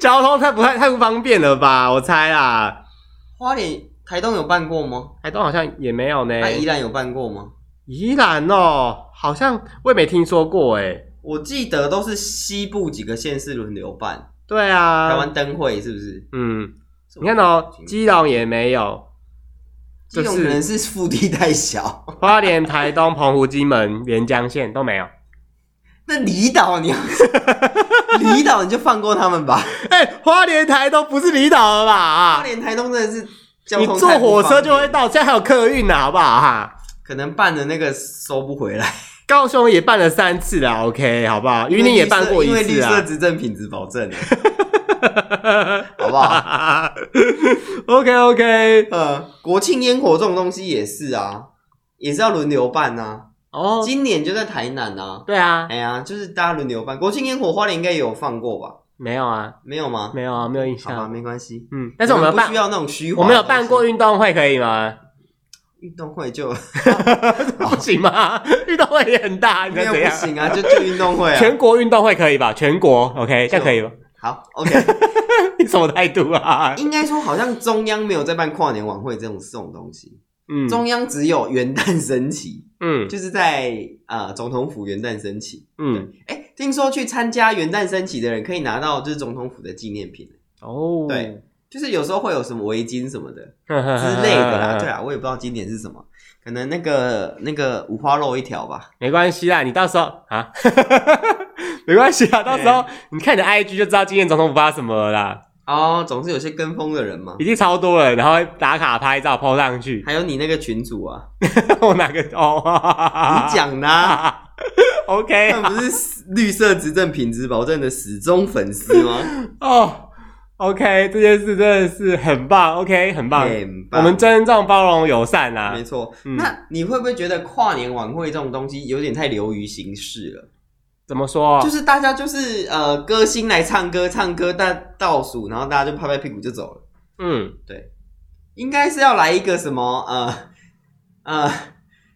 交通太不太太不方便了吧？我猜啦，
花莲台东有办过吗？
台东好像也没有呢。
那、宜兰有办过吗？
宜兰哦，好像我也没听说过哎。
我记得都是西部几个县市轮流办，
对啊，
台湾灯会是不是？
嗯，你看哦，基隆也没有，
基隆可能是腹地太小，
花莲、台东、澎湖、金门、连江县都没有。
那离岛你要离岛你就放过他们吧。
哎、花莲、台东不是离岛了吧？
花
啊，
莲台东真的是交
你
通
坐
太不
火车
方便
就会，到，现在还有客运呢，好不好哈？
可能办的那个收不回来。
高雄也办了三次了，OK，好不好？云林也办过一
因为绿
次
色因为绿色
啊，
执政品质保证， 好不好？
OK OK，
呃，国庆烟火这种东西也是啊，也是要轮流办啊呐、
哦，
今年就在台南啊，
对啊，
哎呀，就是大家轮流办。国庆烟火花莲应该也有放过吧？
没有啊，
没有吗？
没有啊，没有印
好吧，
象。
没关系。
嗯，但是我们
你
有
不
办
需，要那种虚华
我
的东西，
们有办过运动会，可以吗？
运动 会就
不行吗？运动会也很大，你
没
能
有
怎
不
样？
行啊，就就运动会啊。
全国运动会可以吧？全国 OK，这样可以吗？
好，OK。
你什么态度啊？
应该说，好像中央没有在办跨年晚会这种这种东西，
嗯
中央只有元旦升旗，
嗯
就是在呃总统府元旦升旗。
嗯
哎、听说去参加元旦升旗的人可以拿到就是总统府的纪念品。
哦，
对就是有时候会有什么围巾什么的之
之
类的 啦，对啊，我也不知道今年是什么，可能那个那个五花肉一条吧。
没关系啦，你到时候 啊，没关系啊，到时
哎
候你看你的 IG 就知道今天总统府发什么了啦，
哦，总是有些跟风的人嘛
一。定超多人，然后打卡拍照 PO 上去。
还有你那个群主啊，
我哪个哦？
你讲的、啊，
OK
他们不是绿色执政品质保证的死忠粉丝吗？
哦，OK 这件事真的是很棒，OK 很 棒，
很哎棒
我们尊重、包容、友善啦、
没错。
嗯
那你会不会觉得跨年晚会这种东西有点太流于形式了？
怎么说？
就是大家就是呃歌星来唱歌，唱歌大倒数，然后大家就拍拍屁股就走了。
嗯，
应该是要来一个什么呃呃，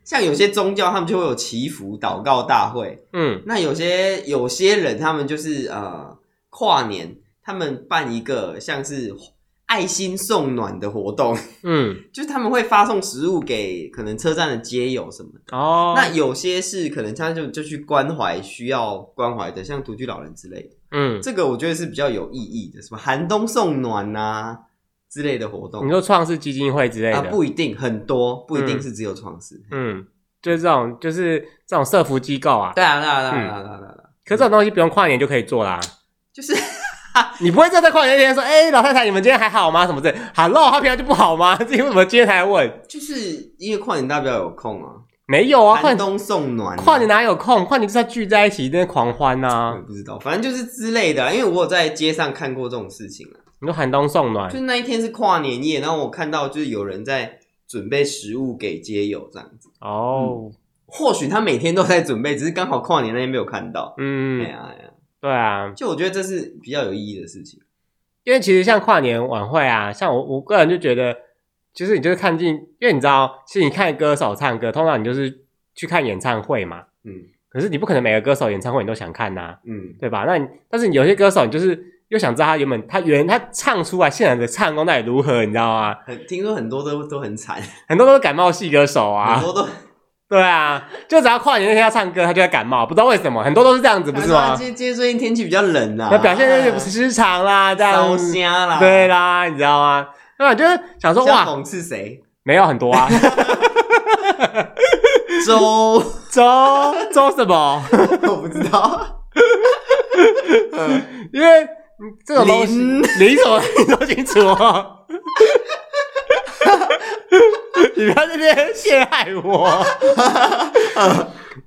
像有些宗教他们就会有祈福祷告大会，
嗯
那有些有些人他们就是呃跨年，他们办一个像是爱心送暖的活动，
嗯，
就是他们会发送食物给可能车站的街友什么的。
哦，
那有些是可能他就就去关怀需要关怀的，像独居老人之类的，
嗯，
这个我觉得是比较有意义的，什么寒冬送暖呐、之类的活动。
你说创世基金会之类的，
啊，不一定，很多不一定
嗯
是只有创世。
嗯，就是这种，就是这种社服机构啊。
对啊，对啊，对啊，对啊，对啊对啊，对啊
可这种东西不用跨年就可以做啦。
就是
你不会真的在跨年那天说，哎、老太太，你们今天还好吗？什么之类？Hello，她平常就不好吗？ 这为什么今天才问？
就是因为跨年大家比较有空啊，
没有啊，跨
寒
年
冬送暖啊，
跨年哪有空？跨年就是要聚在一起，在那狂欢
我
啊
也！不知道，反正就是之类的啊。因为我有在街上看过这种事情啊，
你说寒冬送暖
就是那一天是跨年夜，然后我看到就是有人在准备食物给街友这样子。
哦，
或许他每天都在准备，只是刚好跨年那天没有看到。哎
嗯，
呀哎呀，
对啊，
就我觉得这是比较有意义的事情。
因为其实像跨年晚会啊，像我我个人就觉得，其实你就是看进，因为你知道，其实你看歌手唱歌，通常你就是去看演唱会嘛。
嗯
可是你不可能每个歌手演唱会你都想看呐、
嗯，
对吧？那你但是你有些歌手，你就是又想知道他原本他原他唱出来现场的唱功到底如何，你知道吗？
很听说很多都都很惨，
很多都是感冒系歌手啊
很，多都
对啊，就只要跨年那天要唱歌，他就会感冒，不知道为什么，很多都是这样子，不是
他说啊
吗？
今今天最近天气比较冷啊，哎
那表现就是不失常啦，这样
烧啊
子，
瞎啦，
对，啦，你知道吗？那我就是想说，
哇，
哇，
讽刺谁？
没有很多 啊，
周，
周周什么？
我不知道，
因为嗯这种东西，
零
零什么你说清楚 哦。你不要在这边陷害我，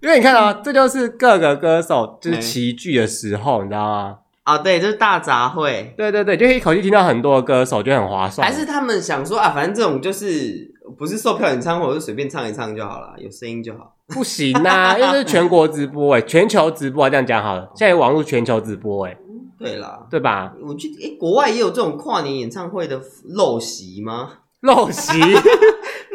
因为你看啊、这就是各个歌手就是齐聚的时候，你知道吗？
啊，对，这是大杂烩，
对对对，就可以一口气听到很多歌手，就很划算。
还是他们想说啊，反正这种就是不是售票演唱会，我就随便唱一唱就好了，有声音就好。
不行呐、 因为这是全国直播哎、全球直播、啊、这样讲好了，现在网络全球直播哎、
对啦，
对吧？
我觉得诶，国外也有这种跨年演唱会的陋习吗？
陋习，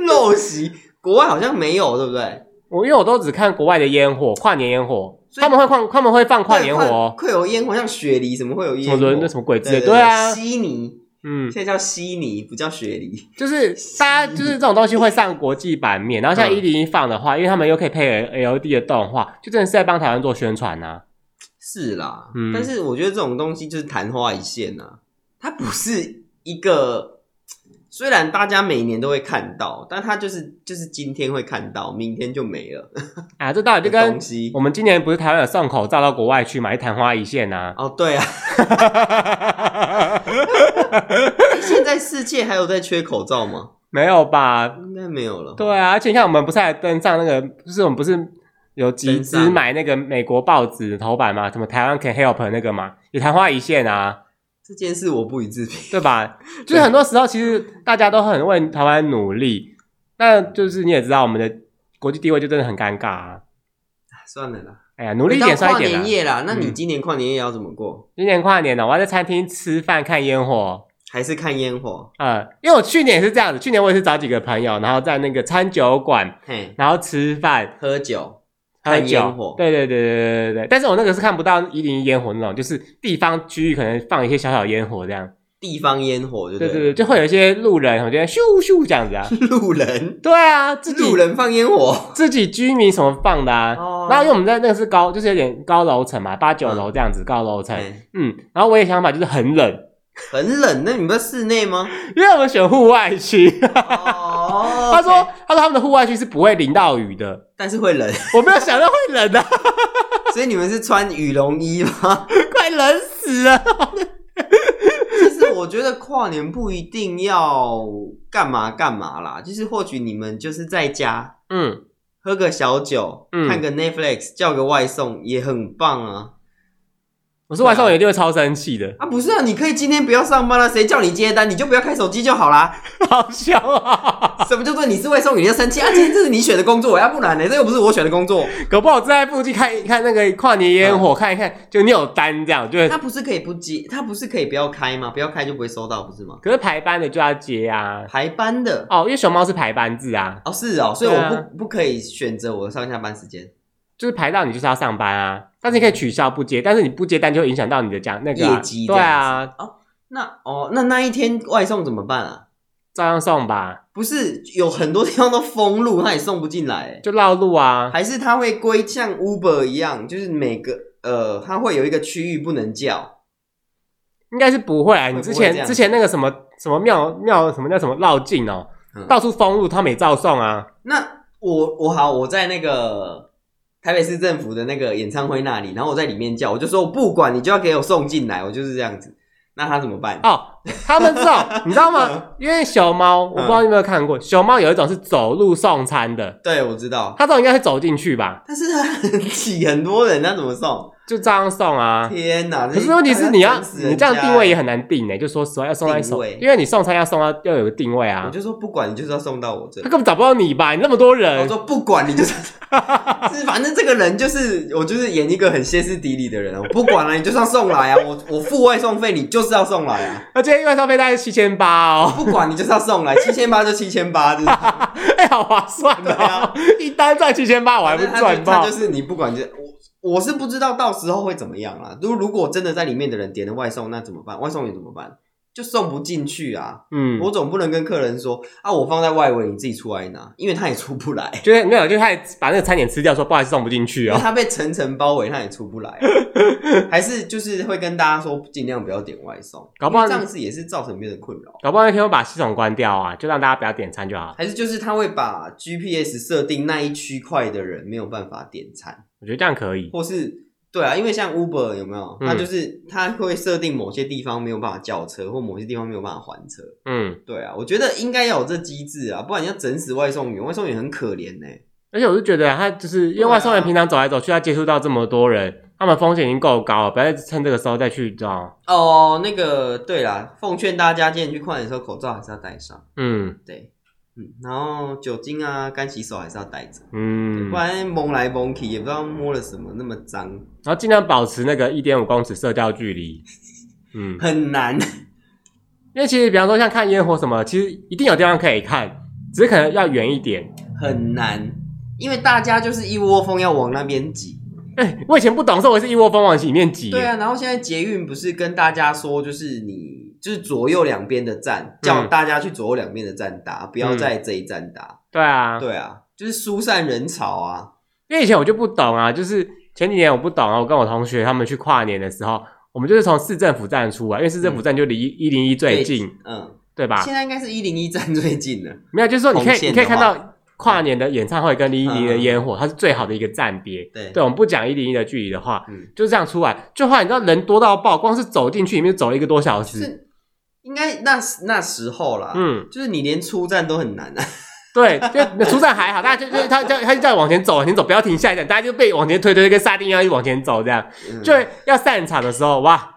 陋习，国外好像没有，对不对？
我因为我都只看国外的烟火，跨年烟火，
所以
他们会放他们会放跨年火、
会
哦，
会有烟火，像雪梨什么会有
什么
烟火？
伦敦什么鬼之类，
对
对啊，
悉尼
嗯，
现在叫稀泥，不叫雪梨。
就是大家就是这种东西会上国际版面，然后像一零一放的话，因为他们又可以配 LED 的动画，就真的是在帮台湾做宣传啊呐、
是啦，
嗯
但是我觉得这种东西就是昙花一现呐、它不是一个，虽然大家每年都会看到，但它就是就是今天会看到，明天就没了
啊。这到底就
的
跟
东西
我。们今年不是台湾有送口罩到国外去嘛，一昙花一现呐、
哦，对啊， 现在世界还有在缺口罩吗？
没有吧？
应该没有了。
对啊，而且你看我们不是还登上那个，就是我们不是有集
登
资
上
买那个美国报纸头版嘛，什么台湾 can help 那个嘛，也昙花一现啊。
这件事我不予置评。
对吧？就是很多时候，其实大家都很为台湾努力，那就是你也知道，我们的国际地位就真的很尴尬啊。
算了啦，
哎呀，努力一点
回到
算一
跨
点
年
啦。
夜啦，那你
嗯
今年跨年夜要怎么过？
今年跨年了，我要在餐厅吃饭看烟火。
还是看烟火？
呃，因为我去年也是这样子，去年我也是找几个朋友，然后在那个餐酒馆，
嘿，
然后吃饭、
喝酒，
喝
看烟
酒
火。。
对对对对对对对。但是我那个是看不到一零一烟火那种，就是地方区域可能放一些小小烟火这样。
地方烟火，对
对
不
对对，就会有一些路人，我觉得咻咻这样子啊。
对？路人，
对啊，自己
路人放烟火，
自己居民什么放的啊。
哦
然后因为我们在那个是高，就是有点高楼层嘛，八九楼这样子、高楼层。
嘿
嗯，然后我也想法就是很冷，
很冷。那你们在室 内吗？
因为我们选户外区。
哦
他说
OK，
他说他们的户外区是不会淋到雨的，
但是会冷，
我没有想到会冷啊，
所以你们是穿羽绒衣吗？
快冷死了。
其实我觉得跨年不一定要干嘛干嘛啦，就是或许你们就是在家
嗯，
喝个小酒，
嗯
看个 Netflix，叫个外送也很棒啊。
我说晚上我一定会超生气的，
啊，不是啊，你可以今天不要上班了，谁叫你接单，你就不要开手机就好啦。
好笑啊！
什么叫做你是外送员要生气啊？今天这是你选的工作，啊要不然呢？这又不是我选的工作，
搞不好就在附近看一看那个跨年烟火，看一看就你有单这样，就会。
他不是可以不接，他不是可以不要开吗？不要开就不会收到，不是吗？
可是排班的就要接啊。
排班的
哦，因为熊猫是排班制啊，
哦，是哦，所以我不、
对啊
不可以选择我的上下班时间，
就是排到你就是要上班啊，但是你可以取消不接，但是你不接单就会影响到你的奖那个啊、
嗯业绩这
对
样子
啊，
那哦，那那一天外送怎么办啊？
照样送吧，
不是有很多地方都封路，他也送不进来欸，
就绕路啊。
还是他会归像 Uber 一样，就是每个呃，他会有一个区域不能叫，
应该是不会啊，
会
你之
不会这
前
样
之前那个什么什么庙庙什么叫什么绕境哦，
嗯
到处封路，他们也照送啊。
那我我好，我在那个台北市政府的那个演唱会那里，然后我在里面叫，我就说我不管你就要给我送进来，我就是这样子。那他怎么办？
哦，他们这种你知道
嗯
吗？因为熊猫，我不知道你有没有看过，熊猫有一种是走路送餐的，
对，我知道，
它这种应该是走进去吧，
但是很 挤很多人，那怎么送？
就照样送啊。
天哪！
可是问题是你要
这是
你这样定位也
很、
很难定呢、就说实话要送到你
定
手，
位
因为你送餐要送到要有个定位啊。
我就说不管你就是要送到我这
他
里。
根本找不到你吧？你那么多
我
人，
说不管你 就是，是反正这个人就是我就是演一个很歇斯底里的人啊，我不管了、你就是要送来啊，我我付外送费，你就是要送来啊，
而且因为消费大概七千八哦，
不管你就是要送来，七千八就七千八，就是
哎、好划算
对
哦！
啊
一单赚七千八， 我还不
那他
赚
就他
爆？
就是你不管就是我，我是不知道到时候会怎么样啦。如如果真的在里面的人点了外送，那怎么办？外送员怎么办？就送不进去啊！
嗯，
我总不能跟客人说啊，我放在外围，你自己出来拿，因为他也出不来，
就是没有，就是他把那个餐点吃掉，说不好意思送不进去
因为
哦。
他被层层包围，他也出不来。啊 还是就是会跟大家说，尽量不要点外送，
搞不好
因为这样子也是造成别人的困扰。
搞不好那天我把系统关掉啊，就让大家不要点餐就好了。
还是就是他会把 GPS 设定那一区块的人没有办法点餐。
我觉得这样可以。
或是对啊，因为像 Uber 有没有？
嗯
它就是它会设定某些地方没有办法叫车，或某些地方没有办法还车。
嗯，
对啊，我觉得应该要有这机制啊，不然你要整死外送员，外送员很可怜欸呢、
而且我是觉得他就是因为外送人
对啊
平常走来走去，要接触到这么多人，他们风险已经够高了，不要再趁这个时候再去，你知道吗？
哦，那个对啦，奉劝大家今天去跨年的时候，口罩还是要戴上。
嗯
对，嗯，然后酒精啊、干洗手还是要带着，
嗯
不，然蒙来蒙去也不知道摸了什么，那么脏，
然后尽量保持那个一点五公尺社交距离。嗯，
很难。
因为其实比方说像看烟火什么，其实一定有地方可以看，只是可能要远一点。
很难，因为大家就是一窝蜂要往那边挤。
哎、
啊
我以前不懂的时候，我也是一窝蜂往里面挤。
对啊，然后现在捷运不是跟大家说，就是你就是左右两边的站，叫大家去左右两边的站打，不要
嗯
在这一站打。
对啊，
对啊，就是疏散人潮啊。
因为以前我就不懂啊，就是前几年我不懂啊，我跟我同学他们去跨年的时候，我们就是从市政府站出来，因为市政府站就离一零一最近，啊
嗯，
对吧？
现在应该是一零一站最近了。
没有，就是说你可
红
以
线
你可以
的话
看到跨年的演唱会跟一零一的
嗯
烟火，它是最好的一个站别。
对
对，我们不讲一零一的距离的话，
嗯
就这样出来，就后来你知道人多到爆，光是走进去里面就走了一个多小
就
时。
是应该那时那时候啦。
嗯，
就是你连出站都很难啊，
对，就出站还好，大家就就他就他就叫你往前走，往前走，不要停下一站，大家就被往前推推，跟沙丁一样一直往前走，这样
嗯
就要散场的时候，哇，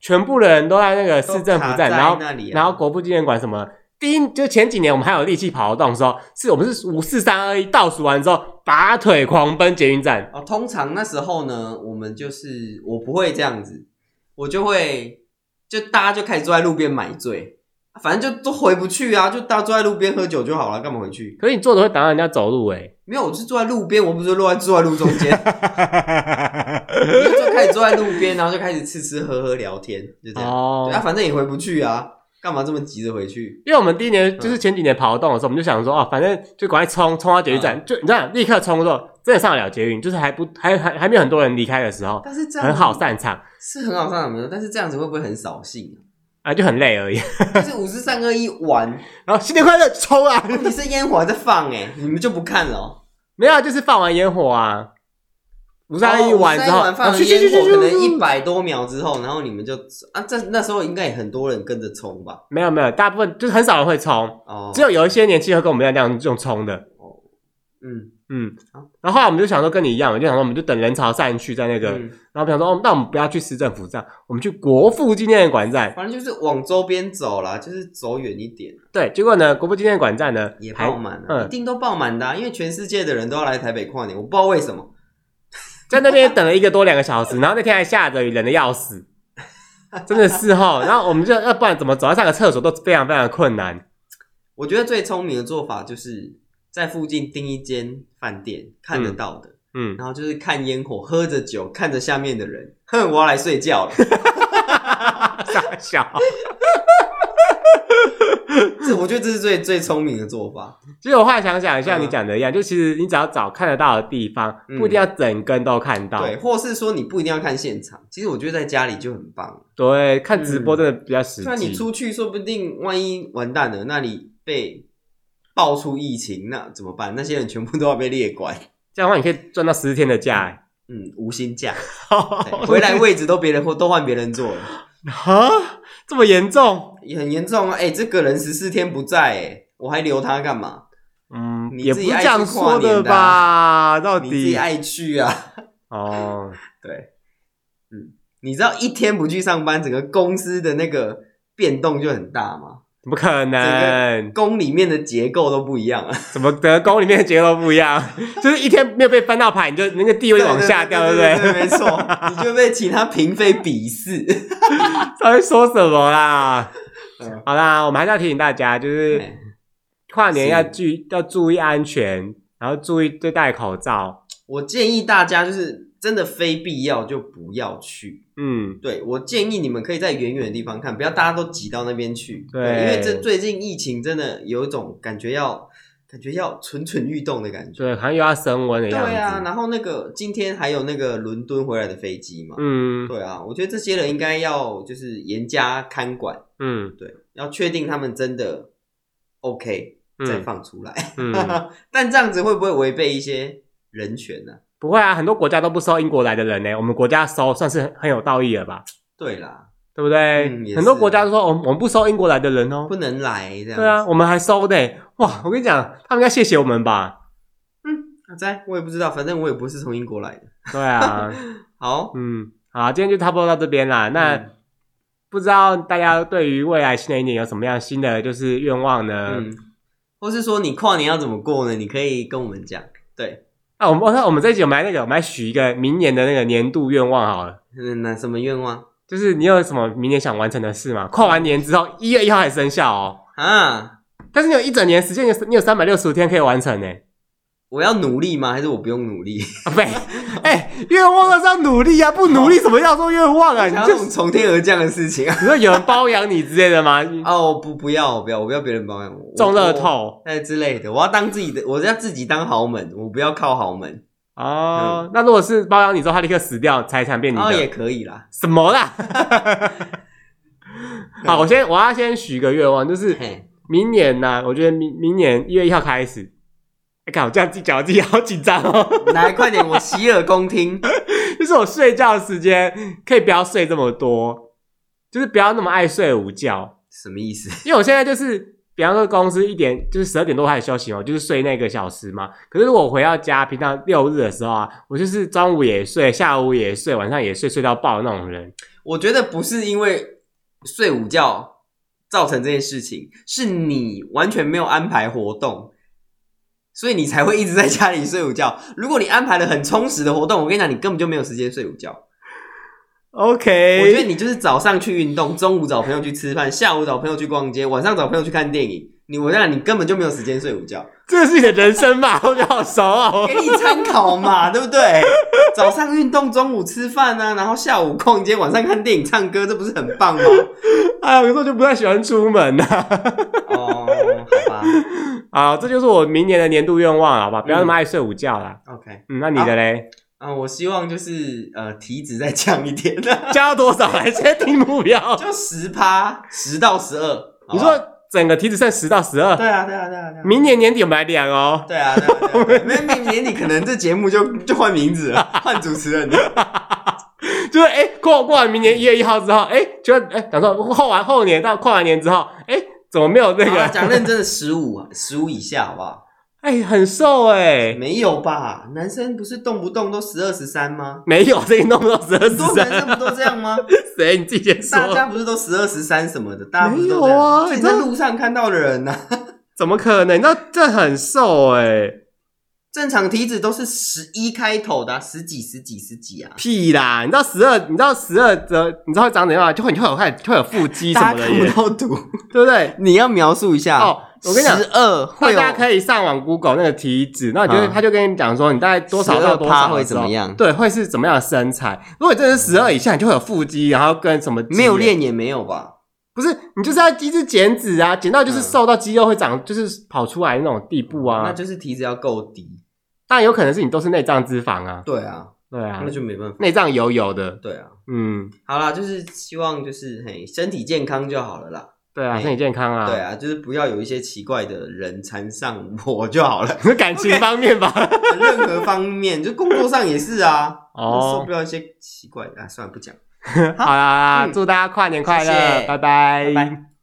全部的人都在那个市政府
都卡
站，
在
然后
那里啊
然后国父纪念馆什么，第一就前几年我们还有力气跑得动的时候，是我们是五四三二一倒数完之后，拔腿狂奔捷运站，
哦，通常那时候呢，我们就是我不会这样子，我就会就大家就开始坐在路边买醉，反正就都回不去啊，就大家坐在路边喝酒就好了，干嘛回去？
可是你坐着会挡到人家走路哎、
没有，我是坐在路边，我不是坐在坐在路中 间，
欸，
就开始坐在路边，然后就开始吃吃喝喝聊天，就这样。
哦
对啊，反正也回不去啊，干嘛这么急着回去？
因为我们第一年就是前几年跑得动的时候，我们就想说，哦，反正就赶快冲冲到捷运站，就你知道，立刻冲的时候，真的上得了捷运，就是还不还还还没有很多人离开的时候，
但是这样
很好散场
是很好上场的，但是这样子会不会很扫兴啊？
啊，就很累而已。
就是五十三二一完，
然后新年快乐，冲啊！
问题哦是烟火还在放哎、你们就不看了、哦。
没有啊，就是放完烟火啊，五三一
哦
完之后，
三一放
啊
了
去去
烟
去去
火，
去
可能一
去
百多秒之后，然后你们就啊，这那时候应该也很多人跟着冲吧？
没有没有，大部分就是很少人会冲，
哦，
只有有一些年轻人跟我们一样那样用冲的，
嗯
嗯
好。
然后后来我们就想说跟你一样，我就想说我们就等人潮散去，在那个，
嗯，
然后我们想说，哦，那我们不要去市政府站，我们去国父纪念馆站。
反正就是往周边走啦，就是走远一点，
对，结果呢，国父纪念馆站呢
也
还
爆满了、一
嗯，
定都爆满的啊、因为全世界的人都要来台北跨年，我不知道为什么，
在那边等了一个多两个小时，然后那天还下着雨，冷的要 死，真的是哈。然后我们就呃要不然怎么走到上个厕所都非常非常的困难。
我觉得最聪明的做法就是在附近订一间饭店看得到的，
嗯，
然后就是看烟火，喝着酒，看着下面的人，哼，我要来睡觉了。
傻笑。
这我觉得这是最最聪明的做法。
其实我后来想想，像
嗯
你讲的一样，就其实你只要找看得到的地方，
嗯
不一定要整根都看到。
对，或是说你不一定要看现场，其实我觉得在家里就很棒。
对，看直播真的比较实
虽然你
际。
出去，说不定万一完蛋了，那里被爆出疫情，那怎么办？那些人全部都要被列管，
这样的话，你可以赚到十天的假。哎
嗯，无 薪假， 对回来位置都别人或都换别人坐了，
啊，这么严重？
也很严重啊！哎、这个人十四天不在、哎，我还留他干嘛？
嗯，
你
也不是
自己爱
这
去
样说的吧？到
啊你自己
底
爱去啊，
哦，
对，嗯，你知道一天不去上班，整个公司的那个变动就很大吗？
怎么可能？
宫里面的结构都不一样啊。
怎么德宫里面的结构不一 样？就是一天没有被翻到牌，你就那个地位往下掉，对
对
不
对？
对？
没错， 你就被其他嫔妃鄙视。
他会说什么啦
嗯？
好啦，我们还是要提醒大家，就是
哎
跨年
是
要注意要注意安全，然后注意对戴口罩。
我建议大家就是真的非必要就不要去。
嗯，
对我建议你们可以在远远的地方看，不要大家都挤到那边去。
对
因为这最近疫情真的有一种感觉要感觉要蠢蠢欲动的感觉。
对，好像又要升温的
对
样子。
啊，然后那个今天还有那个伦敦回来的飞机嘛。
嗯
对啊，我觉得这些人应该要就是严加看管，
嗯
对，要确定他们真的 OK 再
嗯
放出来。
嗯，
但这样子会不会违背一些人权呢、
不会啊，很多国家都不收英国来的人呢，我们国家收算是很有道义了吧？
对啦，
对不对？
嗯也是
很多国家都说我哦们我们不收英国来的人哦
不。能来这样。
对啊，，我们还收呢。哇，我跟你讲，他们应该谢谢我们吧？
啊在我也不知道，反正我也不是从英国来的。
对啊。
好，
嗯，好，今天就差不多到这边啦。那、
嗯
不知道大家对于未来新的一年有什么样新的就是愿望呢？
嗯，或是说你跨年要怎么过呢？你可以跟我们讲。对，
啊，我们我我们这一集我们来那个，我们来许一个明年的那个年度愿望好了。
嗯，那什么愿望
就是你有什么明年想完成的事吗？跨完年之后，一月一号才生效哦。
啊？
但是你有一整年时间，你有你有三百六十五天可以完成呢。
我要努力吗？还是我不用努力？
啊呸！ 哎，愿望要是要努力啊，不努力怎么叫做愿望啊？
哦想
你
要
就
这种从天而降的事情啊！
你说有人包养你之类的吗？你
哦，不，不要，我不要，我不要别人包养我，
中乐
我，
透
哎之类的，我要当自己的，我要自己当豪门，我不要靠豪门，
哦，那如果是包养你之后，他立刻死掉，财产变你
然后嗯哦也
的，
可以啦。
什么 啦？好，我先我要先许一个愿望，就是
嘿，
明年呢、我觉得明明年一月一号开始，哎、看我这样自己讲，我自己 好紧张哦。
来，快点，我洗耳恭听。
就是我睡觉的时间可以不要睡这么多，就是不要那么爱睡午觉，
什么意思？
因为我现在就是，比方说公司一点就是十二点多开始休息嘛，我就是睡那个小时嘛。可是如果我回到家，平常六日的时候啊，我就是中午也睡，下午也睡，晚上也睡，睡到爆那种人。
我觉得不是因为睡午觉造成这件事情，是你完全没有安排活动，所以你才会一直在家里睡午觉。 如果你安排了很充实的活动，我跟你讲，你根本就没有时间睡午觉。
OK，
我觉得你就是早上去运动，中午找朋友去吃饭，下午找朋友去逛街，晚上找朋友去看电影。你我让你根本就没有时间睡午觉，
这是你的人生嘛，我觉得好熟哦
给。你参考嘛，对不对？ 早上运动，中午吃饭啊，然后下午逛街，晚上看电影、唱歌，这不是很棒吗？
啊，可是我就不太喜欢出门呐、啊。
哦，好吧
啊，这就是我明年的年度愿望，好吧？不要那么爱睡午觉啦。
，OK。
嗯，那你的 嘞？
啊、我希望就是呃体脂再降一点，
加到多少来先定目 标？
就十趴，十到十二。好不好
你说整个体脂剩十到十二，
对啊，对啊，对啊，对啊。
明年年底我们来量哦。
对啊，对啊，对啊对啊没明年你可能这节目就就换名字 了，换主持人
啊
了。
就是哎，过过完明年一月一号之后，哎，觉得哎，想说后完后年到跨完年之后，哎，怎么没有那
好啦
个？
讲认真的，十五，十五以下好不好？
哎，很瘦哎，
没有吧？男生不是动不动都十二十三吗？
没有，这一弄到十二
很
十
多男
三，
生不都这样吗？
谁你自己先
大
说？
家不是都十二十三什么的？大家不是都
没
这
有啊
样？所以你在路上看到的人呢、啊
怎么可能？那这很瘦哎，
正常体脂都是十一开头的、啊，十几、十几、十几啊。
屁啦！你知道十二，你知道十二的，你知道会长怎样吗？就会你会有看，会有腹肌什
大
么
家
的
看不
耶，
到图。
对不对？
你要描述一下
哦我跟你讲
十二
大
会有
家可以上网 Google 那个体脂，那你就、
嗯
他就跟你讲说你大概多少到多
12%
少
会
的时候
怎么样
对，会是怎么样的身材？如果你真的是十二以下，你就会有腹肌，然后跟什么肌
没有，练也没有吧？
不是你就是要一直减脂啊，减到就是
嗯
瘦到肌肉会长，就是跑出来那种地步
那
啊。
就是体脂要够低。
当然有可能是你都是内脏脂肪啊，
对啊，
对啊
那，就没办法。
内脏油油的，
对啊，
嗯，
好啦，就是希望就是嘿，身体健康就好了啦。
对啊，
哎
身体健康啊，
对，啊，就是不要有一些奇怪的人缠上我就好了
。是感情方面吧。
任何方面，就工作上也是啊，受
哦
不，了一些奇怪的。啊，算了，不讲。
好啦，
嗯
祝大家跨年快乐，
谢谢
拜拜
拜拜